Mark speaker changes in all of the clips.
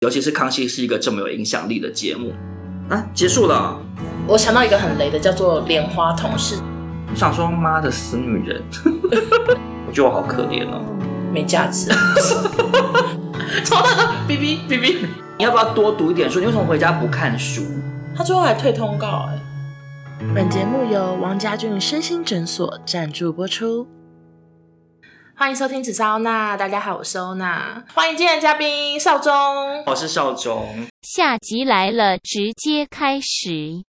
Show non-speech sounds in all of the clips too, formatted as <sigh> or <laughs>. Speaker 1: 尤其是《康熙》是一个这么有影响力的节目。啊，结束了，
Speaker 2: 我想到一个很雷的，叫做莲花同事，
Speaker 1: 我想说妈的死女人， <laughs> 我觉得我好可怜哦。
Speaker 2: 没价 <laughs> 值。超大的 B B B B，
Speaker 1: 你要不要多读一点书？你为什么回家不看书？
Speaker 2: 他最后还退通告哎、本节目由王家俊身心诊所赞助播出。欢迎收听紫砂欧娜，大家好，我是欧娜。欢迎今天的嘉宾少宗，
Speaker 1: 哦我是少中，
Speaker 3: 下集来了，直接开始。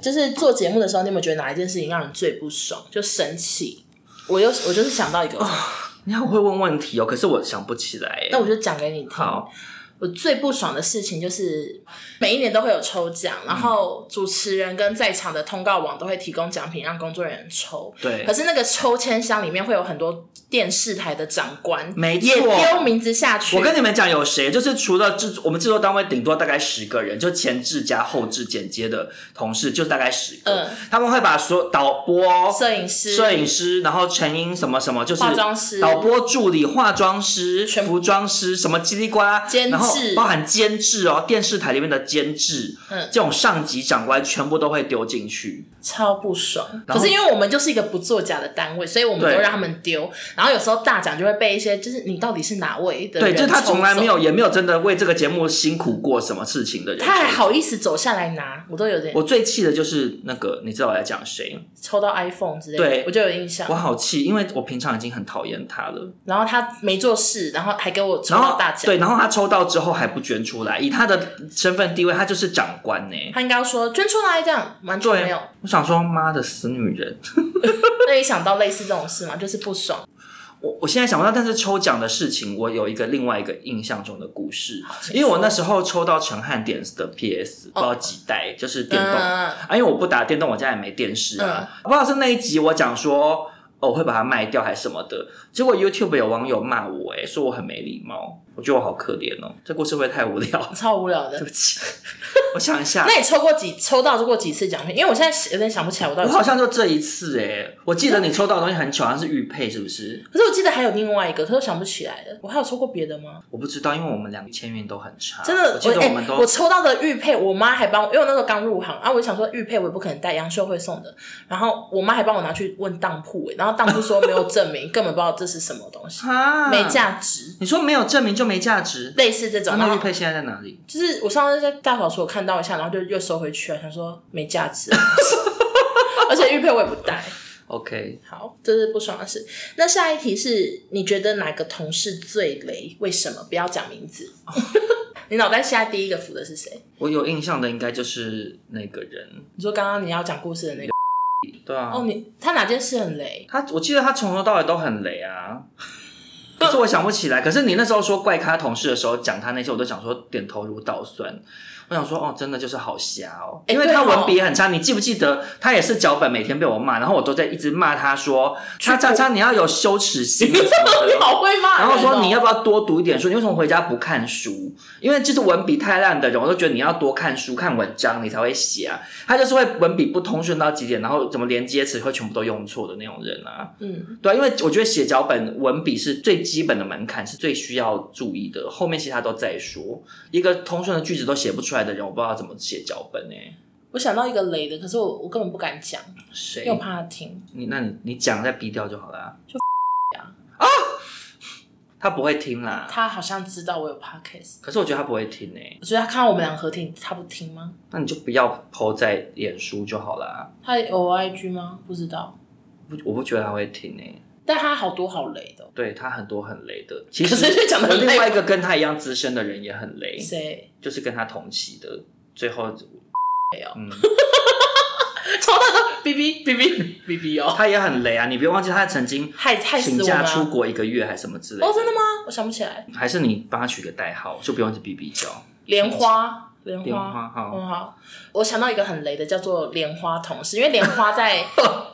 Speaker 2: 就是做节目的时候，你有没有觉得哪一件事情让你最不爽，就生气？我又我就是想到一个，
Speaker 1: 你好会问问题哦，可是我想不起来耶。
Speaker 2: 那我就讲给你听。
Speaker 1: 好，
Speaker 2: 我最不爽的事情就是每一年都会有抽奖，然后主持人跟在场的通告网都会提供奖品让工作人员抽。
Speaker 1: 对
Speaker 2: 可，是那个抽签箱里面会有很多电视台的长官，
Speaker 1: 没错
Speaker 2: 也丢名字下去。
Speaker 1: 我跟你们讲，有谁就是除了制我们制作单位顶多大概十个人，就前置加后置剪接的同事就是大概十个，
Speaker 2: 嗯
Speaker 1: 他们会把所有导播、
Speaker 2: 摄影师、
Speaker 1: 摄影师，然后成音什么什么，就是
Speaker 2: 化妆师
Speaker 1: 导播助理、化妆师、
Speaker 2: 全
Speaker 1: 服装师，什么叽里呱啦，
Speaker 2: 监制
Speaker 1: 然后包含监制哦，电视台里面的监制，
Speaker 2: 嗯
Speaker 1: 这种上级长官全部都会丢进去。
Speaker 2: 超不爽。
Speaker 1: 然后
Speaker 2: 可是因为我们就是一个不作假的单位，所以我们
Speaker 1: 对
Speaker 2: 都让他们丢。然后有时候大奖就会被一些就是你到底是哪位的
Speaker 1: 对，
Speaker 2: 人
Speaker 1: 就是他从来没
Speaker 2: 抽
Speaker 1: 有，
Speaker 2: 走，
Speaker 1: 也没有真的为这个节目辛苦过什么事情的人。
Speaker 2: 他还好意思走下来拿，我都有点
Speaker 1: 我最气的就是那个，你知道我在讲谁？
Speaker 2: 抽到 iPhone 之类的，
Speaker 1: 对
Speaker 2: 我就有印象
Speaker 1: 我。好气，因为我平常已经很讨厌他了。
Speaker 2: 然后他没做事，然后还给我抽
Speaker 1: 然
Speaker 2: 到
Speaker 1: 后
Speaker 2: 大奖，
Speaker 1: 对，然后他抽到之后还不捐出来，以他的身份地位，他就是长官呢、
Speaker 2: 他应该要说捐出来这样，完全没
Speaker 1: 对
Speaker 2: 有。，
Speaker 1: 我想说，妈的死女人！
Speaker 2: 那你想到类似这种事吗？就是不爽，
Speaker 1: 我我现在想不到，但是抽奖的事情，我有一个另外一个印象中的故事，
Speaker 2: 请哦
Speaker 1: 因为我那时候抽到陈汉典的 PS，、不知道几代，就是电动、
Speaker 2: 嗯，
Speaker 1: 啊，因为我不打电动，我家也没电视啊，我不知道是那一集我讲说。哦，我会把它卖掉还是什么的？结果 YouTube 有网友骂我、哎，说我很没礼貌，我觉得我好可怜哦。这故事会不会太无聊
Speaker 2: 超无聊的
Speaker 1: 对。不起。啊我想一下
Speaker 2: 那，你抽过几抽到过几次奖品？因为我现在有点想不起来我到
Speaker 1: 我
Speaker 2: 底
Speaker 1: 好。像就这一次、哎，我记得你抽到的东西很巧，好像是玉佩，是不是？
Speaker 2: 可是我记得还有另外一个，可是我想不起来了。我还有抽过别的吗？
Speaker 1: 我不知道，因为我们两个签运都很差。
Speaker 2: 真的，
Speaker 1: 我记得
Speaker 2: 哎
Speaker 1: 我们都、
Speaker 2: 我抽到的玉佩，我妈还帮我，因为我那时候刚入行啊，我就想说玉佩我也不可能戴，杨秀慧送的。然后我妈还帮我拿去问当铺、哎，然后当铺说没有证明，根本不知道这是什么东西，
Speaker 1: 啊
Speaker 2: 没。价值，
Speaker 1: 你说没有证明就没价值？
Speaker 2: 类似这种。然
Speaker 1: 那玉
Speaker 2: 后
Speaker 1: 佩现在在哪里？
Speaker 2: 就是我上次在大扫除我看到一下，然后就又收回去了，啊想说没价值，啊 <laughs> 而且玉佩我也不戴。
Speaker 1: OK，
Speaker 2: 好，这是不爽的事。那下一题是，你觉得哪个同事最雷？为什么？不要讲名字。 <laughs> 你脑袋现在第一个浮的是谁？
Speaker 1: 我有印象的应该就是那个人。
Speaker 2: 你说刚刚你要讲故事的那个
Speaker 1: 对啊，
Speaker 2: 哦，你他哪件事
Speaker 1: <laughs>
Speaker 2: 很雷？
Speaker 1: 他我记得他从头到尾都很雷
Speaker 2: <laughs>
Speaker 1: 啊。可是我想不起来。可是你那时候说怪咖同事的时候，讲他那些，我都想说点头如捣蒜。我想说，哦，真的就是好瞎哦，
Speaker 2: 哎
Speaker 1: 因为
Speaker 2: 对
Speaker 1: 他
Speaker 2: 哦
Speaker 1: 文笔也很差。你记不记得他也是脚本，每天被我骂，然后我都在一直骂他说，叉叉叉，你要有羞耻心什么的。 <laughs>
Speaker 2: 你好会骂人
Speaker 1: 然
Speaker 2: <laughs> 哦、
Speaker 1: 后说你要不要多读一点书？你为什么回家不看书？因为就是文笔太烂的人，我都觉得你要多看书、看文章，你才会写啊。他就是会文笔不通顺到极点，然后怎么连接词会全部都用错的那种人啊。
Speaker 2: 嗯，
Speaker 1: 对啊，因为我觉得写脚本文笔是最基本的门槛，是最需要注意的。后面其他都在说，一个通顺的句子都写不出来的人，我不知道怎么写脚本欸呢、
Speaker 2: 我想到一个雷的，可是我我根本不敢讲，
Speaker 1: 谁
Speaker 2: 因为我？怕他听。
Speaker 1: 你那你你讲再逼掉就好了、啊。就啊，他不会听啦。
Speaker 2: 他好像知道我有 podcast，
Speaker 1: 可是我觉得他不会听呢、欸
Speaker 2: 我觉得他看到我们两个合体，他不听吗？
Speaker 1: 那你就不要 PO 在脸书就好啦。
Speaker 2: 他有 IG 吗？不知道，
Speaker 1: 不，我不觉得他会听诶、
Speaker 2: 但他好多好雷的哦、
Speaker 1: 对他很多很雷的。其
Speaker 2: 可是就
Speaker 1: 实
Speaker 2: 讲得很
Speaker 1: 有
Speaker 2: 累
Speaker 1: 另外一个跟他一样资深的人也很雷， <laughs>
Speaker 2: 谁？
Speaker 1: 就是跟他同期的。最后，嗯，
Speaker 2: 超大的 B B <laughs> B B B B 哦，
Speaker 1: <laughs> 他也很雷啊！你别忘记他曾经
Speaker 2: 害害
Speaker 1: <laughs>
Speaker 2: 死
Speaker 1: 请
Speaker 2: 我
Speaker 1: 假
Speaker 2: 们
Speaker 1: 出
Speaker 2: 啊！
Speaker 1: 国一个月还什么之类
Speaker 2: 哦，真的吗？我想不起来。
Speaker 1: 还是你帮他取个代号，就不用是 B B 叫
Speaker 2: 莲花，莲花，
Speaker 1: 莲花好
Speaker 2: 嗯好。我想到一个很雷的，叫做莲花同事，因为莲
Speaker 1: <laughs>
Speaker 2: 花在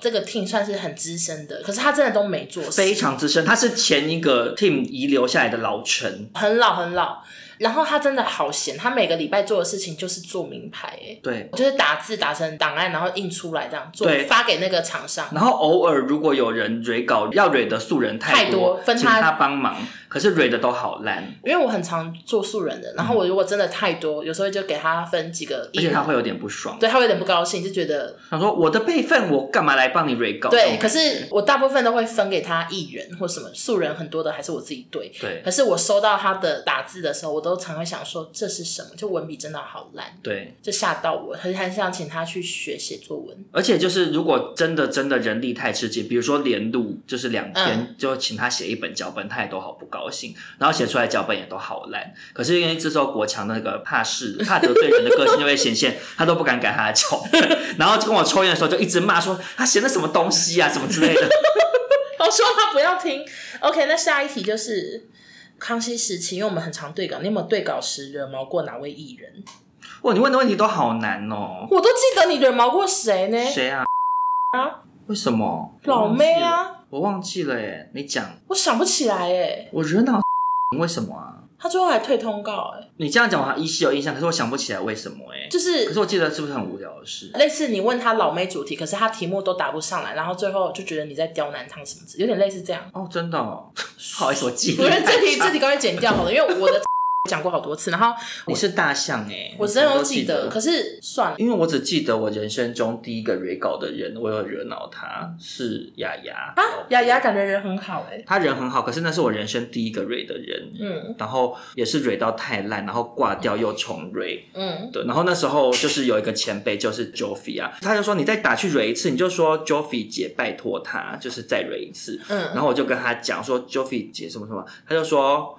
Speaker 2: 这个 team 算是很资深的，可是他真的都没做事，
Speaker 1: 非常资深，他是前一个 team 遗留下来的老臣。
Speaker 2: 很老很老。然后他真的好闲，他每个礼拜做的事情就是做名牌、欸，
Speaker 1: 对，
Speaker 2: 就是打字打成档案，然后印出来这样做
Speaker 1: 对，
Speaker 2: 发给那个厂商。
Speaker 1: 然后偶尔如果有人蕊稿要蕊的素人
Speaker 2: 太
Speaker 1: 多，
Speaker 2: 多分
Speaker 1: 请
Speaker 2: 他
Speaker 1: 他帮忙。可是 read 的都好烂，
Speaker 2: 因为我很常做素人的，然后我如果真的太多，有时候就给他分几个
Speaker 1: 嗯而
Speaker 2: 亿，
Speaker 1: 且他会有点不爽。
Speaker 2: 对他会有点不高兴，就觉得
Speaker 1: 他说我的备份我干嘛来帮你 read 稿？
Speaker 2: 对，可是我大部分都会分给他艺人或什么素人，很多的还是我自己对。
Speaker 1: 对
Speaker 2: 可是我收到他的打字的时候，我都常会想说这是什么？就文笔真的好烂，
Speaker 1: 对，
Speaker 2: 就吓到我，很很想请他去学写作文。 <laughs>
Speaker 1: 而且就是如果真的真的人力太吃紧，比如说连录就是
Speaker 2: 嗯
Speaker 1: 两天、就请他写一本脚本，他也都好不高兴，然后写出来脚本也都好烂。可是因为这时候国强那个怕事、怕得罪人的个性就会显现，他都不敢改他的脚本， <laughs> 然后跟我抽烟的时候就一直骂说他写的什么东西啊，什么之类的。
Speaker 2: 我说他不要听。OK，那下一题就是康熙时期，因为我们很常对稿，你有没有对稿时惹毛过哪位艺人？
Speaker 1: 哇，你问的问题都好难哦。
Speaker 2: 我都记得你惹毛过谁呢？
Speaker 1: 谁啊？
Speaker 2: 啊，
Speaker 1: 为什么？
Speaker 2: 老妹啊，
Speaker 1: 我忘记了耶。你讲，
Speaker 2: 我想不起来哎，
Speaker 1: 我惹恼 <laughs> 为什么啊？
Speaker 2: 他最后还退通告哎，
Speaker 1: 你这样讲我还依稀有印象，可是我想不起来为什么哎。
Speaker 2: 就
Speaker 1: 可
Speaker 2: 是
Speaker 1: 是我记得是不是很无聊的事？
Speaker 2: 类似你问他老妹主题，可是他题目都答不上来，然后最后就觉得你在刁难他什么之，有点类似这样。
Speaker 1: 哦，真的、哦， <laughs> 不好意思，我记
Speaker 2: 我
Speaker 1: 得。
Speaker 2: 觉得这题这题刚才剪掉好了，因为我的 <laughs> 讲过好多次，然后
Speaker 1: <laughs> 你是大象哎、
Speaker 2: 我真
Speaker 1: 什么
Speaker 2: 的
Speaker 1: 都
Speaker 2: 记得，可是算了，
Speaker 1: 因为我只记得我人生中第一个 re 稿的人，我有惹恼他是雅雅
Speaker 2: 啊，雅雅感觉人很好哎，
Speaker 1: 他人很好，可是那是我人生第一个 re 的人，
Speaker 2: 嗯
Speaker 1: 然后也是 re 到太烂，然后挂掉又重 re，
Speaker 2: 嗯，
Speaker 1: 对，然后那时候就是有一个前辈就是 Joffy 啊，他就说你再打去蕊一次，你就说 Joffy 姐拜托他，就是再蕊一次。
Speaker 2: 嗯
Speaker 1: 然后我就跟他讲说 Joffy 姐什么什么，他就说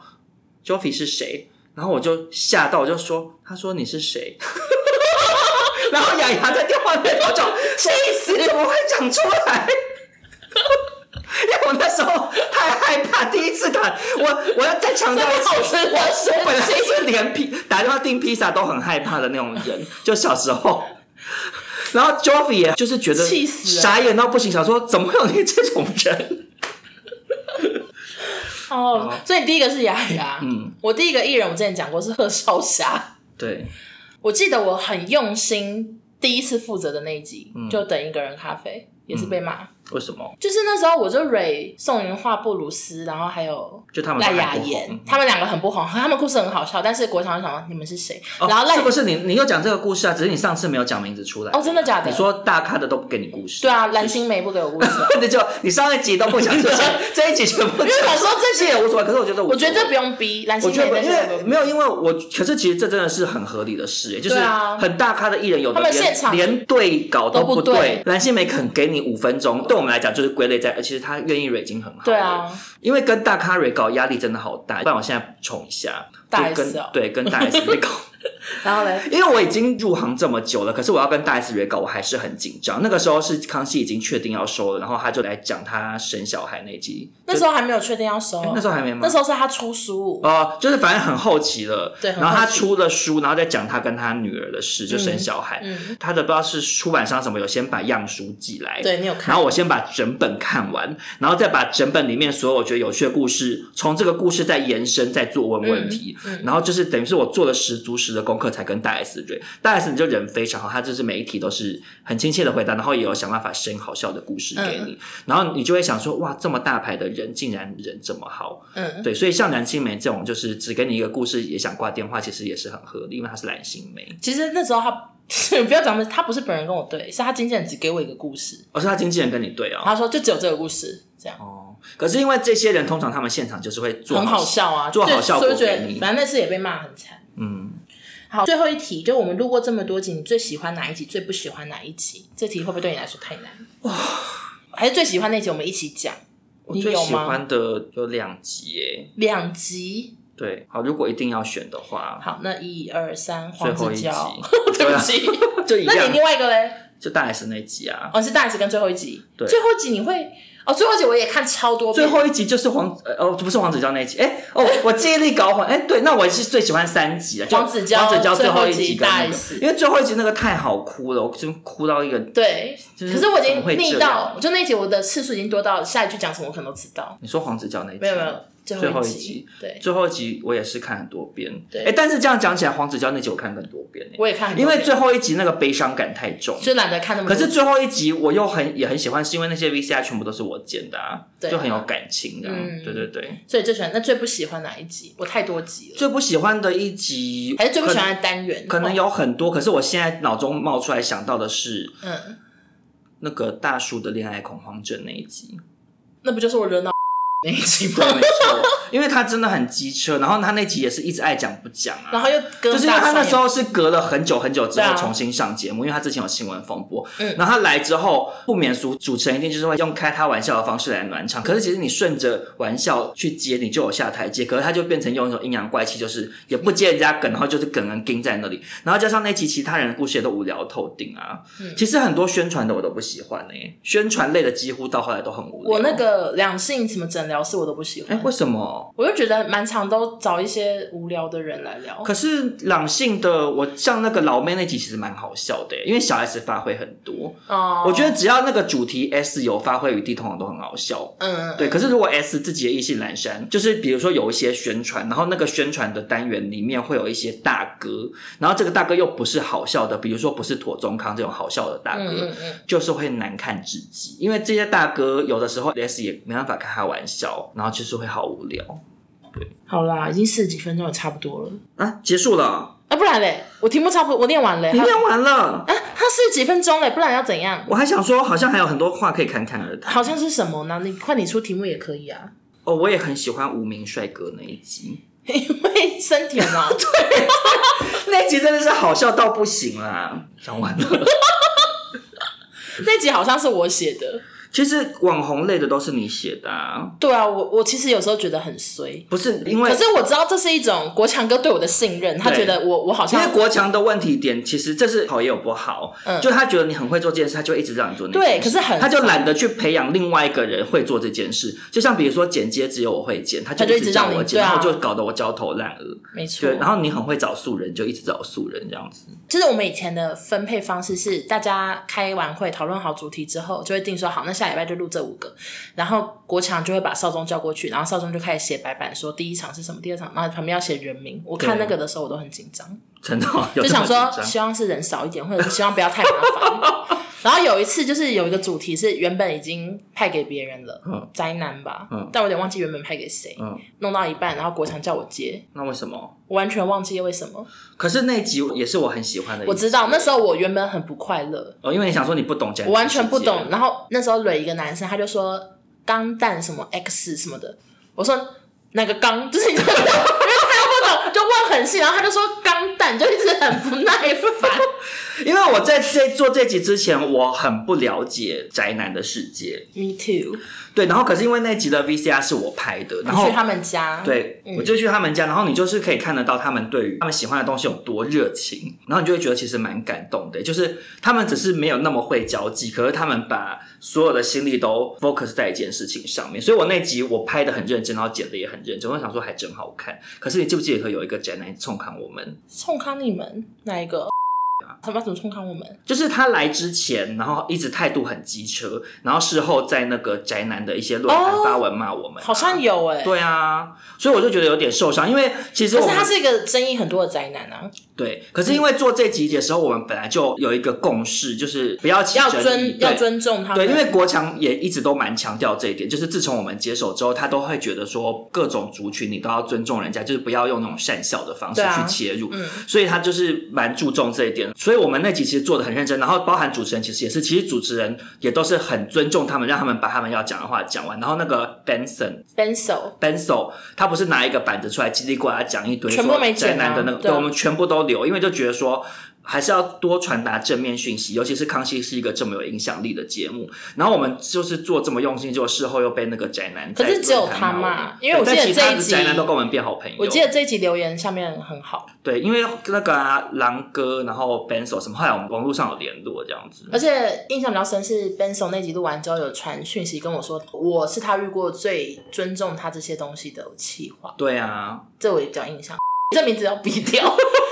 Speaker 1: Joffy 是谁？然后我就吓到，我就说他说你是谁？ <laughs> 然后雅雅在电话那头就气死，你怎么会讲出来？ <laughs> 因为我那时候太害怕，第一次打我，我要再强调一次，
Speaker 2: 好生我生
Speaker 1: 我本来是连披打电话订披萨都很害怕的那种
Speaker 2: <laughs>
Speaker 1: 人，就小时候。然后 Jovi 也就是觉得
Speaker 2: 气死了
Speaker 1: 傻眼到不行，想说怎么会有你这种人？
Speaker 2: 哦
Speaker 1: 好，
Speaker 2: 所以你第一个是雅雅，
Speaker 1: 嗯，
Speaker 2: 我第一个艺人我之前讲过是贺少侠，
Speaker 1: 对，
Speaker 2: 我记得我很用心，第一次负责的那一集、
Speaker 1: 嗯
Speaker 2: 就等一个人咖啡也是被骂，
Speaker 1: 为什么？
Speaker 2: 就是那时候我就蕊宋云画布鲁斯，然后还有。
Speaker 1: 就他们
Speaker 2: 赖
Speaker 1: 都
Speaker 2: 雅
Speaker 1: 还不
Speaker 2: 妍
Speaker 1: 红，嗯
Speaker 2: 他们两个很不红，他们故事很好笑，但是国强就想说你们是谁？
Speaker 1: 哦
Speaker 2: 然后赖
Speaker 1: 是不是你？你又讲这个故事啊？只是你上次没有讲名字出来。
Speaker 2: 哦，真的假的？
Speaker 1: 你说大咖的都不给你故事。
Speaker 2: 对啊，蓝心湄不给我故事啊、 <laughs>
Speaker 1: 那就 <laughs> 你上一集都不讲这些，这一集全部讲。因为
Speaker 2: 我说
Speaker 1: 这些也无所谓，可是我觉得无
Speaker 2: 啊我觉得
Speaker 1: 所谓
Speaker 2: 这不用逼，蓝心
Speaker 1: 我觉
Speaker 2: 湄
Speaker 1: 得
Speaker 2: 那
Speaker 1: 因
Speaker 2: 些
Speaker 1: 为
Speaker 2: 我
Speaker 1: 没有，因为我可是其实这真的是很合理的事，哎，就是
Speaker 2: 对啊
Speaker 1: 很大咖的艺人有的
Speaker 2: 他们
Speaker 1: 连
Speaker 2: 现场
Speaker 1: 连对稿
Speaker 2: 都
Speaker 1: 不
Speaker 2: 不对
Speaker 1: 蓝心湄肯给你五分钟，对我们来讲就是归类在，呃其实他愿意蕊已经很好。
Speaker 2: 对，啊，
Speaker 1: 因为跟大咖蕊稿压力真的好大，不然我现在补充一下，
Speaker 2: 大
Speaker 1: 就跟
Speaker 2: S 哦
Speaker 1: 对跟大 S 蕊稿。
Speaker 2: 然后嘞，
Speaker 1: 因为我已经入行这么久了，可是我要跟大 S 蕊稿，我还是很紧张。那个时候是康熙已经确定要收了，然后他就来讲他生小孩那集。
Speaker 2: <laughs> 那时候还没有确定要收
Speaker 1: 候，哎那时候还没吗？
Speaker 2: 哦那时候是他出书，
Speaker 1: 哦，就是反正很后期了。
Speaker 2: 对很
Speaker 1: 然后他
Speaker 2: 后期
Speaker 1: 出了书，然后再讲他跟他女儿的事，就生小孩。
Speaker 2: 嗯，
Speaker 1: 他的不知道是出版商什么，有先把样书寄来。。
Speaker 2: 对你有看
Speaker 1: 然后我先把整本看完，然后再把整本里面所有我觉得有趣的故事，从这个故事再延伸，再做问问题。
Speaker 2: 嗯嗯
Speaker 1: 然后就是等于是我做了十足十的功课，才跟大 S 对。大 S 你就人非常好，他就是每一题都是很亲切的回答，然后也有想办法生好笑的故事给
Speaker 2: 嗯
Speaker 1: 你。然后你就会想说，哇，这么大牌的人竟然人这么好，
Speaker 2: 嗯，
Speaker 1: 对，所以像蓝心湄这种，就是只给你一个故事也想挂电话，其实也是很合理，因为她是蓝心湄。
Speaker 2: 其实那时候他 <laughs> 不要讲的，他不是本人跟我对，是他经纪人只给我一个故事，
Speaker 1: 而、哦、是她经纪人跟你对哦。
Speaker 2: 他说就只有这个故事，这样
Speaker 1: 哦，可是因为这些人通常他们现场就是会做
Speaker 2: 很好笑啊，
Speaker 1: 做好效果
Speaker 2: 对所以我
Speaker 1: 给
Speaker 2: 觉
Speaker 1: 你
Speaker 2: 得反正那次也被骂很惨。
Speaker 1: 嗯，
Speaker 2: 好，最后一题，就我们录过这么多集，你最喜欢哪一集？最不喜欢哪一集？这题会不会对你来说太难？哇，还是最喜欢那集我们一起讲
Speaker 1: 我
Speaker 2: 你
Speaker 1: 最
Speaker 2: 有
Speaker 1: 喜
Speaker 2: 吗
Speaker 1: 欢的有两集耶。
Speaker 2: 两集。
Speaker 1: 对，好，如果一定要选的话，
Speaker 2: 好，那一二三，
Speaker 1: 最
Speaker 2: 黄
Speaker 1: 后
Speaker 2: 子
Speaker 1: 一集
Speaker 2: 佼，
Speaker 1: 对
Speaker 2: <laughs> 对
Speaker 1: 啊
Speaker 2: 不起。
Speaker 1: 就一
Speaker 2: <laughs> 那你另
Speaker 1: 样，
Speaker 2: 外一个嘞？
Speaker 1: 就大 S 那集啊。
Speaker 2: 哦，是大 S 跟最后一集。
Speaker 1: 对
Speaker 2: 最后一集你会哦，最后一集我也看超多
Speaker 1: 最
Speaker 2: 遍。
Speaker 1: 后一集就是黄呃哦，不是黄子佼那一集，哎、哦，我记忆力搞混，哎、对，那我是最喜欢三集啊，就
Speaker 2: 黄子佼
Speaker 1: 黄子佼最后一
Speaker 2: 最后一集
Speaker 1: 跟那
Speaker 2: 大
Speaker 1: 个
Speaker 2: S，
Speaker 1: 因为最后一集那个太好哭了，我真哭到一个，
Speaker 2: 对，
Speaker 1: 就是
Speaker 2: 可是我已
Speaker 1: 怎么
Speaker 2: 经
Speaker 1: 会这
Speaker 2: 腻
Speaker 1: 样
Speaker 2: 到，就那一集我的次数已经多到下一句讲什么我可能都知道。
Speaker 1: 你说黄子佼那一集
Speaker 2: 没有没有，最
Speaker 1: 最后
Speaker 2: 后
Speaker 1: 一
Speaker 2: 一
Speaker 1: 集
Speaker 2: 对，
Speaker 1: 最后一集我也是看很多遍，
Speaker 2: 对
Speaker 1: 哎，但是这样讲起来，黄子佼那集我看更多遍呢。
Speaker 2: 我也看很多
Speaker 1: 因
Speaker 2: 遍，
Speaker 1: 为最后一集那个悲伤感太重。
Speaker 2: 就懒得看那么
Speaker 1: 可
Speaker 2: 多。
Speaker 1: 是最后一集我又很也很喜欢，是因为那些 VCR 全部都是我剪的、啊，
Speaker 2: 对啊
Speaker 1: 就很有感情的、
Speaker 2: 嗯
Speaker 1: 对对对，
Speaker 2: 所以最喜欢，那最不喜欢哪一集？我太多集了，
Speaker 1: 最不喜欢的一集
Speaker 2: 还是最不喜
Speaker 1: 可
Speaker 2: 欢的单元？哦
Speaker 1: 可能有很多，可是我现在脑中冒出来想到的是
Speaker 2: 嗯，
Speaker 1: 那个大叔的恋爱恐慌症那一集。
Speaker 2: 那不就是
Speaker 1: <laughs>
Speaker 2: 我惹恼那一集
Speaker 1: 对，
Speaker 2: 吗
Speaker 1: 没？错，因为他真的很机车，然后他那集也是一直爱讲不讲啊。
Speaker 2: <laughs> 然后又跟
Speaker 1: <laughs> 就是因为他那时
Speaker 2: 候
Speaker 1: 候是隔了很久很久之
Speaker 2: 对啊
Speaker 1: 后重新上节目，因为他之前有新闻风波，
Speaker 2: 嗯
Speaker 1: 然后他来之后不免俗，主持人一定就是会用开他玩笑的方式来暖场。可是其实你顺着玩笑去接，你就有下台阶，可是他就变成用一种阴阳怪气，就是也不接人家梗，然后就是梗跟钉在那里，然后加上那集其他人的故事也都无聊透顶啊。
Speaker 2: 嗯
Speaker 1: 其实很多宣传的我都不喜欢诶、欸宣传类的几乎到后来都很无聊。
Speaker 2: 我那个两性什么诊疗室我都不喜
Speaker 1: 哎、
Speaker 2: 欢，
Speaker 1: 为什么？
Speaker 2: 我就觉得蛮常都找一些无聊的人来聊。
Speaker 1: 可是朗信的，我像那个老妹那集其实蛮好笑的耶，欸因为小 S 发挥很多。
Speaker 2: 哦，
Speaker 1: 我觉得只要那个主题 S 有发挥余地，通常都很好笑。
Speaker 2: 嗯，嗯，
Speaker 1: 对，可是如果 S 自己的意兴阑珊，就是比如说有一些宣传，然后那个宣传的单元里面会有一些大哥，然后这个大哥又不是好笑的，比如说不是妥中康这种好笑的大哥，
Speaker 2: 嗯嗯嗯，
Speaker 1: 就是会难看至极。因为这些大哥有的时候 S 也没办法开他玩笑，然后就是会好无聊
Speaker 2: 好啦，已经四十几分钟也差不多了。
Speaker 1: 啊。结束了，
Speaker 2: 啊，不然嘞，我题目差不多，我念完嘞。
Speaker 1: 你
Speaker 2: 还有
Speaker 1: 念完了。
Speaker 2: 啊，它是几分钟嘞，不然要怎样？
Speaker 1: 我还想说，好像还有很多话可以侃侃而谈。
Speaker 2: 好像是什么呢？你快你出题目也可以啊， <laughs>
Speaker 1: 哦，我也很喜欢无名帅哥那一集，
Speaker 2: 因为森田
Speaker 1: <laughs>
Speaker 2: 嘛，对，
Speaker 1: 那一集真的是好笑到不行啦，讲完
Speaker 2: <laughs>
Speaker 1: 了。
Speaker 2: 那集好像是我写的。
Speaker 1: 其实网红类的都是你写的、啊，
Speaker 2: 对啊，我我其实有时候觉得很衰，
Speaker 1: 不是因为
Speaker 2: 可是我知道这是一种国强哥对我的信任，他觉得我我好
Speaker 1: 因为
Speaker 2: 像
Speaker 1: 国强的问题点，其实这是好也有不好，
Speaker 2: 嗯
Speaker 1: 就他觉得你很会做这件事，他就一直让你做那件
Speaker 2: 对
Speaker 1: 事
Speaker 2: 可是很
Speaker 1: 他就懒得去培养另外一个人会做这件事。就像比如说剪接，只有我会剪，他
Speaker 2: 他就
Speaker 1: 就
Speaker 2: 一直
Speaker 1: 让
Speaker 2: 让
Speaker 1: 我
Speaker 2: 你
Speaker 1: 剪，
Speaker 2: 对啊啊
Speaker 1: 然后就搞得我焦头烂额。
Speaker 2: 没错
Speaker 1: 对，。然后你很会找素人，就一直找素人这样子。
Speaker 2: 就是我们以前的分配方式是，大家开完会讨论好主题之后，就会定说好，那下礼拜就录这五个。然后国强就会把少宗叫过去，然后少宗就开始写白板，说第一场是什么，第二场，然后旁边要写人名。我看那
Speaker 1: 对
Speaker 2: 个的时候，我都很紧张。
Speaker 1: 真的哦有
Speaker 2: 就
Speaker 1: 这么
Speaker 2: 想说
Speaker 1: 紧张
Speaker 2: 希望是人少一点，或者是希望不要太麻烦。然后有一次就是有一个主题是原本已经派给别人了，
Speaker 1: 嗯
Speaker 2: 灾难吧，
Speaker 1: 嗯
Speaker 2: 但我有点忘记原本派给谁，
Speaker 1: 嗯，
Speaker 2: 弄到一半，然后国强叫我接，
Speaker 1: 那为什么？
Speaker 2: 我完全忘记为什么。
Speaker 1: 可是那一集也是我很喜欢的一集。
Speaker 2: 我知道那时候我原本很不快乐，
Speaker 1: 哦，因为你想说你不懂讲，
Speaker 2: 我完全不懂。。然后那时候蕊一个男生，他就说钢弹什么 X 什么的，我说那个钢？ <laughs> 就是你知道，因为他又不懂，就问很细，然后他就说钢弹，就一直很不耐
Speaker 1: <laughs>
Speaker 2: 烦。
Speaker 1: 因为我在这做这集之前，我很不了解宅男的世界。
Speaker 2: Me too。
Speaker 1: 对，然后可是因为那集的 VCR 是我拍的，然
Speaker 2: 你
Speaker 1: 后
Speaker 2: 去他们家，
Speaker 1: 对、
Speaker 2: 嗯
Speaker 1: 我就去他们家，然后你就是可以看得到他们对于他们喜欢的东西有多热情，然后你就会觉得其实蛮感动的。就是他们只是没有那么会交际，可是他们把所有的心力都 focus 在一件事情上面。所以我那集我拍的很认真，然后剪的也很认真，我想说还真好看。可是你记不记得有一个宅男冲康我们？
Speaker 2: 冲康你们哪一个？他妈怎么冲康我们？
Speaker 1: 就是他来之前，然后一直态度很机车，然后事后在那个宅男的一些论坛
Speaker 2: 哦
Speaker 1: 发文骂我们啊、
Speaker 2: 好像有哎、欸，，
Speaker 1: 对啊，所以我就觉得有点受伤，因为其实
Speaker 2: 可
Speaker 1: 我
Speaker 2: 是
Speaker 1: 们
Speaker 2: 他是一个争议很多的宅男啊，
Speaker 1: 对，可是因为做这集的时候，我们本来就有一个共识，就是不要起
Speaker 2: 要
Speaker 1: 争议
Speaker 2: 尊
Speaker 1: 对
Speaker 2: 要尊重他们，
Speaker 1: 对，因为国强也一直都蛮强调这一点，就是自从我们接手之后，他都会觉得说各种族群你都要尊重人家，就是不要用那种善笑的方式
Speaker 2: 对啊
Speaker 1: 去切入。
Speaker 2: 嗯
Speaker 1: 所以他就是蛮注重这一点，所以我们那集其实做的很认真，然后包含主持人其实也是，其实主持人也都是很尊重他们，让他们把他们要讲的话讲完。然后那个 Benson
Speaker 2: ，Benso
Speaker 1: Benson 他不是拿一个板子出来叽里呱啦讲一堆，
Speaker 2: 全部
Speaker 1: 说
Speaker 2: 没剪啊
Speaker 1: 宅男的那个，
Speaker 2: 对啊
Speaker 1: 我们全部都留，因为就觉得说。还是要多传达正面讯息，尤其是康熙是一个这么有影响力的节目，然后我们就是做这么用心，结果事后又被那个宅男
Speaker 2: 可
Speaker 1: 在
Speaker 2: 是
Speaker 1: 论坛
Speaker 2: 只有
Speaker 1: 骂
Speaker 2: 他
Speaker 1: 我们，
Speaker 2: 骂因为我
Speaker 1: 对
Speaker 2: 记得
Speaker 1: 但其他
Speaker 2: 这一
Speaker 1: 的
Speaker 2: 集
Speaker 1: 宅男都跟我们嗯变好朋友。
Speaker 2: 我记得这一集留言下面很好，
Speaker 1: 对，因为那个啊，狼哥，然后 Benso 什么，后来我们网络上有联络这样子
Speaker 2: 而。且印象比较深是 Benso 那集录完之后有传讯息跟我说，我是他遇过最尊重他这些东西的企划，
Speaker 1: 对啊，
Speaker 2: 这我也比较印象，这名字要逼掉， <laughs>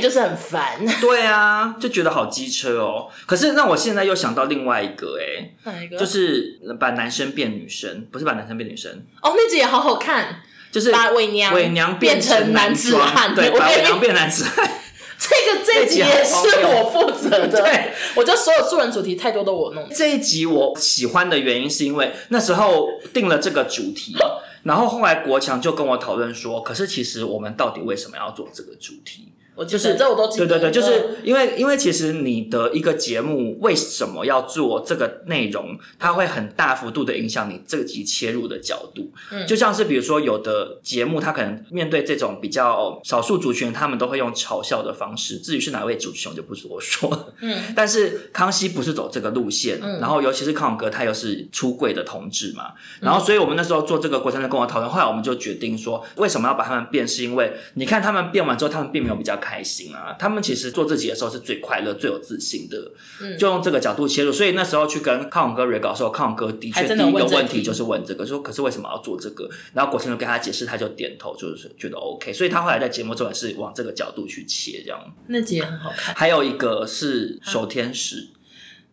Speaker 2: 就是很烦，
Speaker 1: 对啊，就觉得好机车哦。可是那我现在又想到另外一个、欸，
Speaker 2: 哪一个？
Speaker 1: 就是把男生变女生，不是把男生变女生，
Speaker 2: 哦，那集也好好看。
Speaker 1: 就是
Speaker 2: 把伪娘
Speaker 1: 伪娘
Speaker 2: 变
Speaker 1: 成
Speaker 2: 成男
Speaker 1: 男
Speaker 2: 子汉
Speaker 1: 装对，
Speaker 2: <laughs> 我
Speaker 1: 把
Speaker 2: 也 <laughs>
Speaker 1: 伪娘变男子汉。
Speaker 2: 这个这一集
Speaker 1: 这集好 <laughs>
Speaker 2: 也是
Speaker 1: 荒谬
Speaker 2: 我负责的，
Speaker 1: 对，
Speaker 2: 我就所有素人主题太多都我弄。
Speaker 1: 这一集我喜欢的原因是因为那时候定了这个主题，然后后来国强就跟我讨论说，可是其实我们到底为什么要做这个主题？
Speaker 2: 我记
Speaker 1: 就
Speaker 2: 得
Speaker 1: 是
Speaker 2: 这我都记
Speaker 1: 对
Speaker 2: 得，
Speaker 1: 对对，就
Speaker 2: 嗯
Speaker 1: 是因为因为其实你的一个节目为什么要做这个内容，它会很大幅度的影响你这集切入的角度。
Speaker 2: 嗯
Speaker 1: 就像是比如说有的节目，它可能面对这种比较少数族群，他们都会用嘲笑的方式。至于是哪位主持人，我就不多说。
Speaker 2: 嗯
Speaker 1: 但是康熙不是走这个路线，
Speaker 2: 嗯
Speaker 1: 然后尤其是康永哥他又是出柜的同志嘛，然后所以我们那时候做这个国强就跟我讨论，后来我们就决定说，为什么要把他们变，是因为你看他们变完之后，他们并没有比较开心啊，他们其实做自己的时候是最快乐、最有自信的，
Speaker 2: 嗯，
Speaker 1: 就用这个角度切入。所以那时候去跟康永哥 re 稿的时候，康永哥的确
Speaker 2: 还
Speaker 1: 第
Speaker 2: 真的
Speaker 1: 一个
Speaker 2: 问这
Speaker 1: 问题
Speaker 2: 题
Speaker 1: 就是问这个，说可是为什么要做这个？然后国强就跟他解释，他就点头，就是觉得 OK，所以他后来在节目中也是往这个角度去切这样。
Speaker 2: 那集也很好看。
Speaker 1: 还有一个是守天使。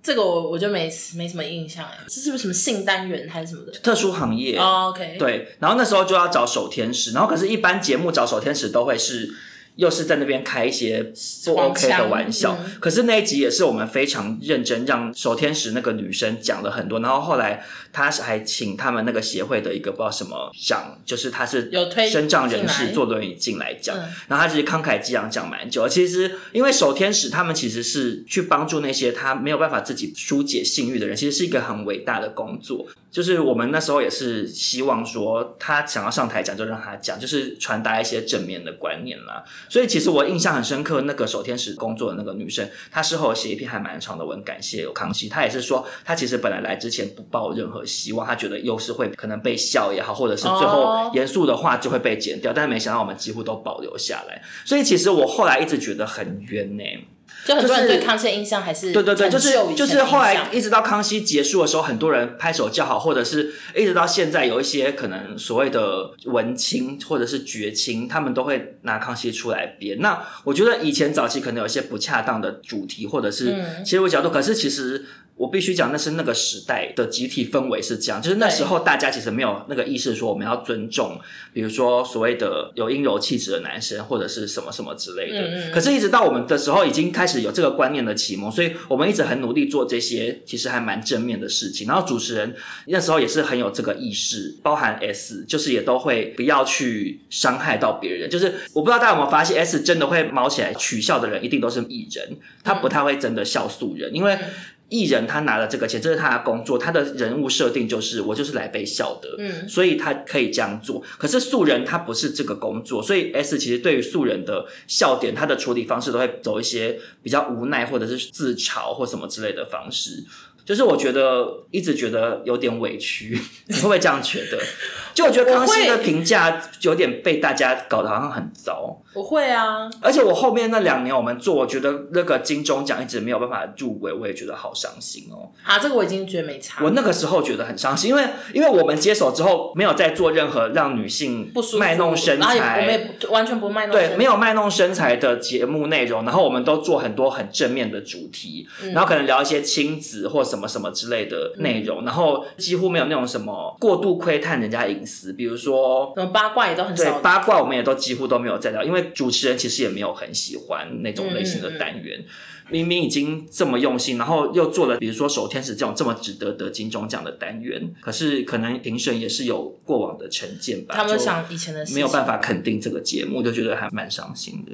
Speaker 2: 这个我我就没没什么印象哎，这是不是什么性单元还是什么的？
Speaker 1: 特殊行业。
Speaker 2: 哦，OK，，
Speaker 1: 对，然后那时候就要找守天使，然后可是，一般节目找守天使都会是，又是在那边开一些不
Speaker 2: 玩
Speaker 1: OK 的
Speaker 2: 笑
Speaker 1: 玩笑。
Speaker 2: 嗯
Speaker 1: 可是那一集也是我们非常认真，让守天使那个女生讲了很多，然后后来她是还请他们那个协会的一个不知道什么长，就是她是
Speaker 2: 有推
Speaker 1: 身障人
Speaker 2: 进
Speaker 1: 士
Speaker 2: 来
Speaker 1: 坐轮椅进来讲，
Speaker 2: 嗯
Speaker 1: 然后他其实慷慨激昂讲蛮久。其实因为守天使他们其实是去帮助那些他没有办法自己疏解性欲的人，其实是一个很伟大的工作。就是我们那时候也是希望说，他想要上台讲就让他讲，就是传达一些正面的观念啦。所以其实我印象很深刻，那个守天使工作的那个女生，她事后写一篇还蛮长的文，感谢康熙。她也是说，她其实本来来之前不抱任何希望，她觉得又是会可能被笑也好，或者是最后
Speaker 2: 哦
Speaker 1: 严肃的话就会被剪掉，但是没想到我们几乎都保留下来。所以其实我后来一直觉得很冤呢、欸
Speaker 2: 就很多人
Speaker 1: 就是
Speaker 2: 对康熙的印象还是
Speaker 1: 对对对，
Speaker 2: 很
Speaker 1: 就是
Speaker 2: 旧以前的
Speaker 1: 就是后
Speaker 2: 印
Speaker 1: 来
Speaker 2: 象
Speaker 1: 一直到康熙结束的时候，很多人拍手叫好，或者是一直到现在有一些可能所谓的文青或者是绝青，他们都会拿康熙出来编。那我觉得以前早期可能有一些不恰当的主题或者是
Speaker 2: 嗯
Speaker 1: 切入角度，可是其实。我必须讲，那是那个时代的集体氛围是这样，就是那时候大家其实没有那个意识，说我们要尊重，比如说所谓的有阴柔气质的男生或者是什么什么之类的。
Speaker 2: 嗯嗯嗯
Speaker 1: 可是，一直到我们的时候，已经开始有这个观念的启蒙，所以我们一直很努力做这些其实还蛮正面的事情。然后主持人那时候也是很有这个意识，包含 S，就是也都会不要去伤害到别人。就是我不知道大家有没有发现，S 真的会毛起来取笑的人，一定都是艺人，他不太会真的笑素人，因
Speaker 2: 嗯
Speaker 1: 为。艺人他拿了这个钱，这是他的工作，他的人物设定就是我就是来被笑的，
Speaker 2: 嗯
Speaker 1: 所以他可以这样做。可是素人他不是这个工作，所以 S 其实对于素人的笑点，他的处理方式都会走一些比较无奈或者是自嘲或什么之类的方式。就是我觉得一直觉得有点委屈， <laughs> 你会不会这样觉得？就我觉得康熙的
Speaker 2: 我会
Speaker 1: 评价有点被大家搞得好像很糟，
Speaker 2: 我会啊，
Speaker 1: 而且我后面那两年我们做，我觉得那个金钟奖一直没有办法入围，我也觉得好伤心哦。
Speaker 2: 啊，这个我已经觉得没差，
Speaker 1: 我那个时候觉得很伤心，因为因为我们接手之后没有再做任何让女性
Speaker 2: 不舒服，
Speaker 1: 卖弄身
Speaker 2: 然后也我
Speaker 1: 材，
Speaker 2: 们也不完全不卖弄身
Speaker 1: 对，
Speaker 2: 材
Speaker 1: 没有卖弄身材的节目内容，然后我们都做很多很正面的主题，
Speaker 2: 嗯
Speaker 1: 然后可能聊一些亲子或什么什么之类的内容，
Speaker 2: 嗯
Speaker 1: 然后几乎没有那种什么过度窥探人家隐私，比如说
Speaker 2: 什么八卦也都很
Speaker 1: 对
Speaker 2: 少，
Speaker 1: 八卦，我们也都几乎都没有再聊，因为主持人其实也没有很喜欢那种类型的单元。明明已经这么用心，然后又做了比如说《守天使》这种这么值得得金钟奖的单元，可是可能评审也是有过往的成见吧，
Speaker 2: 他们
Speaker 1: 就
Speaker 2: 想以前的事情
Speaker 1: 没有办法肯定这个节目，就觉得还蛮伤心的。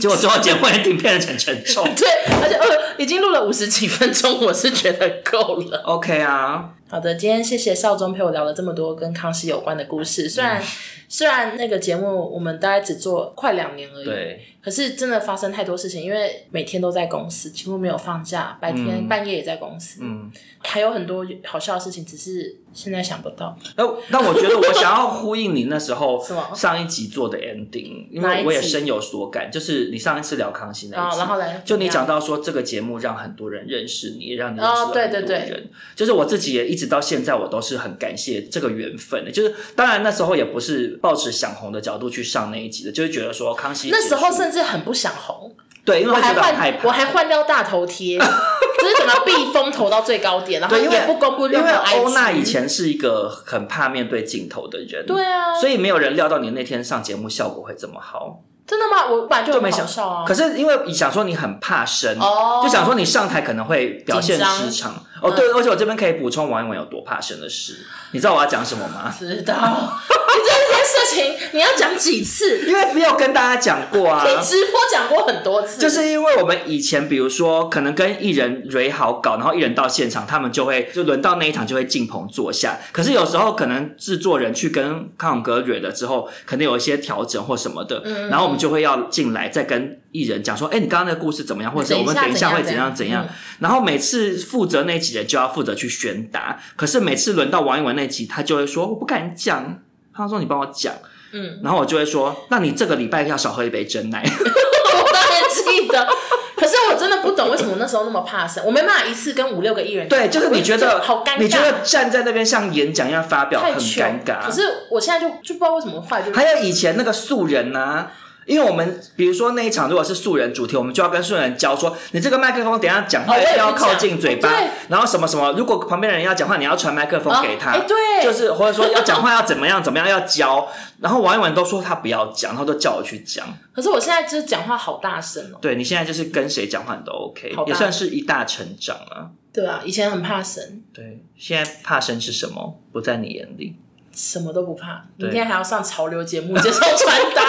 Speaker 1: 结果最后节目也挺变得很沉重
Speaker 2: <laughs> 。对，而且呃，已经录了五十几分钟，我是觉得够了。
Speaker 1: <laughs> OK 啊，
Speaker 2: 好的，今天谢谢少宗陪我聊了这么多跟康熙有关的故
Speaker 1: 嗯
Speaker 2: 事。虽然、虽然那个节目我们大概只做快两年而已，
Speaker 1: 对，
Speaker 2: 可是真的发生太多事情，因为每天都在公司，几乎没有放假，白天、
Speaker 1: 嗯
Speaker 2: 半夜也在公司，
Speaker 1: 嗯。
Speaker 2: 还有很多好笑的事情，只是现在想不到。
Speaker 1: 那那我觉得我想要呼应你那时候
Speaker 2: 什么
Speaker 1: 上一集做的 ending，因
Speaker 2: 哪一
Speaker 1: 为
Speaker 2: 集
Speaker 1: 我也深有所感，就是你上一次聊康熙
Speaker 2: 然
Speaker 1: 那一
Speaker 2: 后
Speaker 1: 集，
Speaker 2: 然后来
Speaker 1: 就你讲
Speaker 2: 到
Speaker 1: 到说这个节目让很多人认识你，也让你认识了
Speaker 2: 哦对
Speaker 1: 很多
Speaker 2: 对对
Speaker 1: 人就是我自己也一直到现在我都是很感谢这个缘分的，就是当然那时候也不是抱持想红的角度去上那一集的，就是觉得说康熙
Speaker 2: 那时候
Speaker 1: 结束
Speaker 2: 甚至很不想红，
Speaker 1: 对，因为
Speaker 2: 我
Speaker 1: 会觉
Speaker 2: 还
Speaker 1: 得很害
Speaker 2: 换
Speaker 1: 怕，
Speaker 2: 我还换掉大
Speaker 1: <laughs>
Speaker 2: 头贴，就是怎么避风头到最高点，然后
Speaker 1: 对，因为
Speaker 2: 也不公布任
Speaker 1: 因
Speaker 2: 何
Speaker 1: 为
Speaker 2: IG。
Speaker 1: 欧娜以前是一个很怕面对镜头的人，
Speaker 2: 对啊，
Speaker 1: 所以没有人料到你那天上节目效果会这么好。
Speaker 2: 真的吗？我本来就
Speaker 1: 就
Speaker 2: 很
Speaker 1: 没
Speaker 2: 想
Speaker 1: 想
Speaker 2: 笑啊。
Speaker 1: 可是因为想说你很怕生，
Speaker 2: 哦，
Speaker 1: 就想说你上台可能会表现
Speaker 2: 紧张嗯
Speaker 1: 失常。哦，对，而且我这边可以补充王一文有多怕生的事，你知道我要讲什么吗？
Speaker 2: 知道， <laughs> 你这件事情你要讲几次？
Speaker 1: 因为没有跟大家讲过啊。
Speaker 2: 你直播讲过很多次，
Speaker 1: 就是因为我们以前，比如说，可能跟艺人蕊好稿，然后艺人到现场，他们就会就轮到那一场就会进棚坐下。可是有时候可能制作人去跟康永哥蕊了之后，可能有一些调整或什么的，
Speaker 2: 嗯
Speaker 1: 然后我们就会要进来再跟艺人讲说，哎、你刚刚那个故事怎么样，或者是
Speaker 2: 等
Speaker 1: 我
Speaker 2: 一下
Speaker 1: 们等一下嗯会
Speaker 2: 怎
Speaker 1: 怎
Speaker 2: 样
Speaker 1: 样
Speaker 2: 怎
Speaker 1: 怎
Speaker 2: 样
Speaker 1: 样。然后每次负责那几人就要负责去宣达，可是每次轮到王一文那集，他就会说我不敢讲，他说你帮我讲，
Speaker 2: 嗯，
Speaker 1: 然后我就会说，那你这个礼拜要少喝一杯真奶。
Speaker 2: <laughs> 我当然记得。可是我真的不懂为什么那时候那么怕生，我没办法一次跟五六个艺人讲话。
Speaker 1: 对，就是你觉
Speaker 2: 我
Speaker 1: 得
Speaker 2: 好尴尬，
Speaker 1: 你觉得站在那边像演讲一样发表
Speaker 2: 太
Speaker 1: 很
Speaker 2: 糗
Speaker 1: 尴尬。
Speaker 2: 可是我现在就就不知道为什么坏就
Speaker 1: 还有以前那个素人啊。因为我们比如说那一场如果是素人主题，我们就要跟素人教说，你这个麦克风等一下讲
Speaker 2: 哦
Speaker 1: 话
Speaker 2: 我
Speaker 1: 一
Speaker 2: 也
Speaker 1: 定要
Speaker 2: 是
Speaker 1: 靠
Speaker 2: 讲
Speaker 1: 近嘴巴
Speaker 2: 对，
Speaker 1: 然后什么什么，如果旁边的人要讲话，你要传麦克风
Speaker 2: 哦
Speaker 1: 给他，
Speaker 2: 哎对
Speaker 1: 就是或者说要讲话要怎么样怎么样要教，然后王一文都说他不要讲，然后都叫我去讲。
Speaker 2: 可是我现在就是讲话好大声哦。
Speaker 1: 对你现在就是跟谁讲话你都 OK，
Speaker 2: 好吧
Speaker 1: 也算是一大成长啊。
Speaker 2: 对啊，以前很怕生，
Speaker 1: 对，现在怕生是什么？不在你眼里。
Speaker 2: 什么都不怕。
Speaker 1: 对
Speaker 2: 明天还要上潮流节目接受穿搭，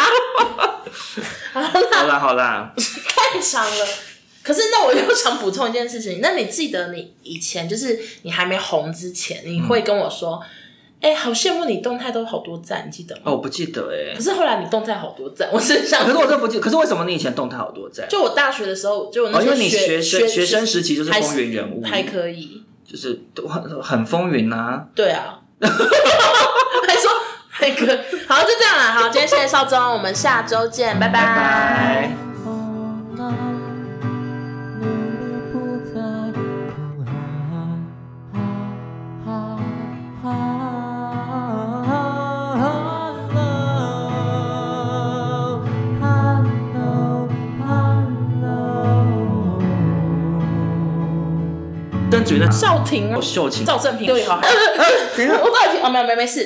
Speaker 1: <laughs> 好啦好啦，
Speaker 2: 太长了。可是那我又想补充一件事情，那你记得你以前就是你还没红之前，你会跟我说，哎、好羡慕你动态都好多赞，你记得吗？
Speaker 1: 哦，我不记得哎、
Speaker 2: 可是后来你动态好多赞，我是想
Speaker 1: 可是我真不记，可是为什么你以前动态好多赞？
Speaker 2: 就我大学的时候，就我那
Speaker 1: 哦，
Speaker 2: 时
Speaker 1: 因
Speaker 2: 候
Speaker 1: 为你学
Speaker 2: 学
Speaker 1: 生学生时期就是
Speaker 2: 还
Speaker 1: 风云人物，
Speaker 2: 还可以，
Speaker 1: 就是都很很风云啊。
Speaker 2: 对啊，
Speaker 1: <laughs>
Speaker 2: 还说还可以，好就这样了，好，今天谢谢少中，我们下周见，拜
Speaker 1: 拜拜。
Speaker 4: 风浪，努力不再流浪。啊啊啊！Hello hello hello。
Speaker 1: 邓紫云的
Speaker 2: 少廷啊
Speaker 1: 秀琴 <laughs>
Speaker 2: 赵正平，对，好，
Speaker 1: 等一下
Speaker 2: <laughs>
Speaker 1: 哎
Speaker 2: 我到底啊，没有没有没事。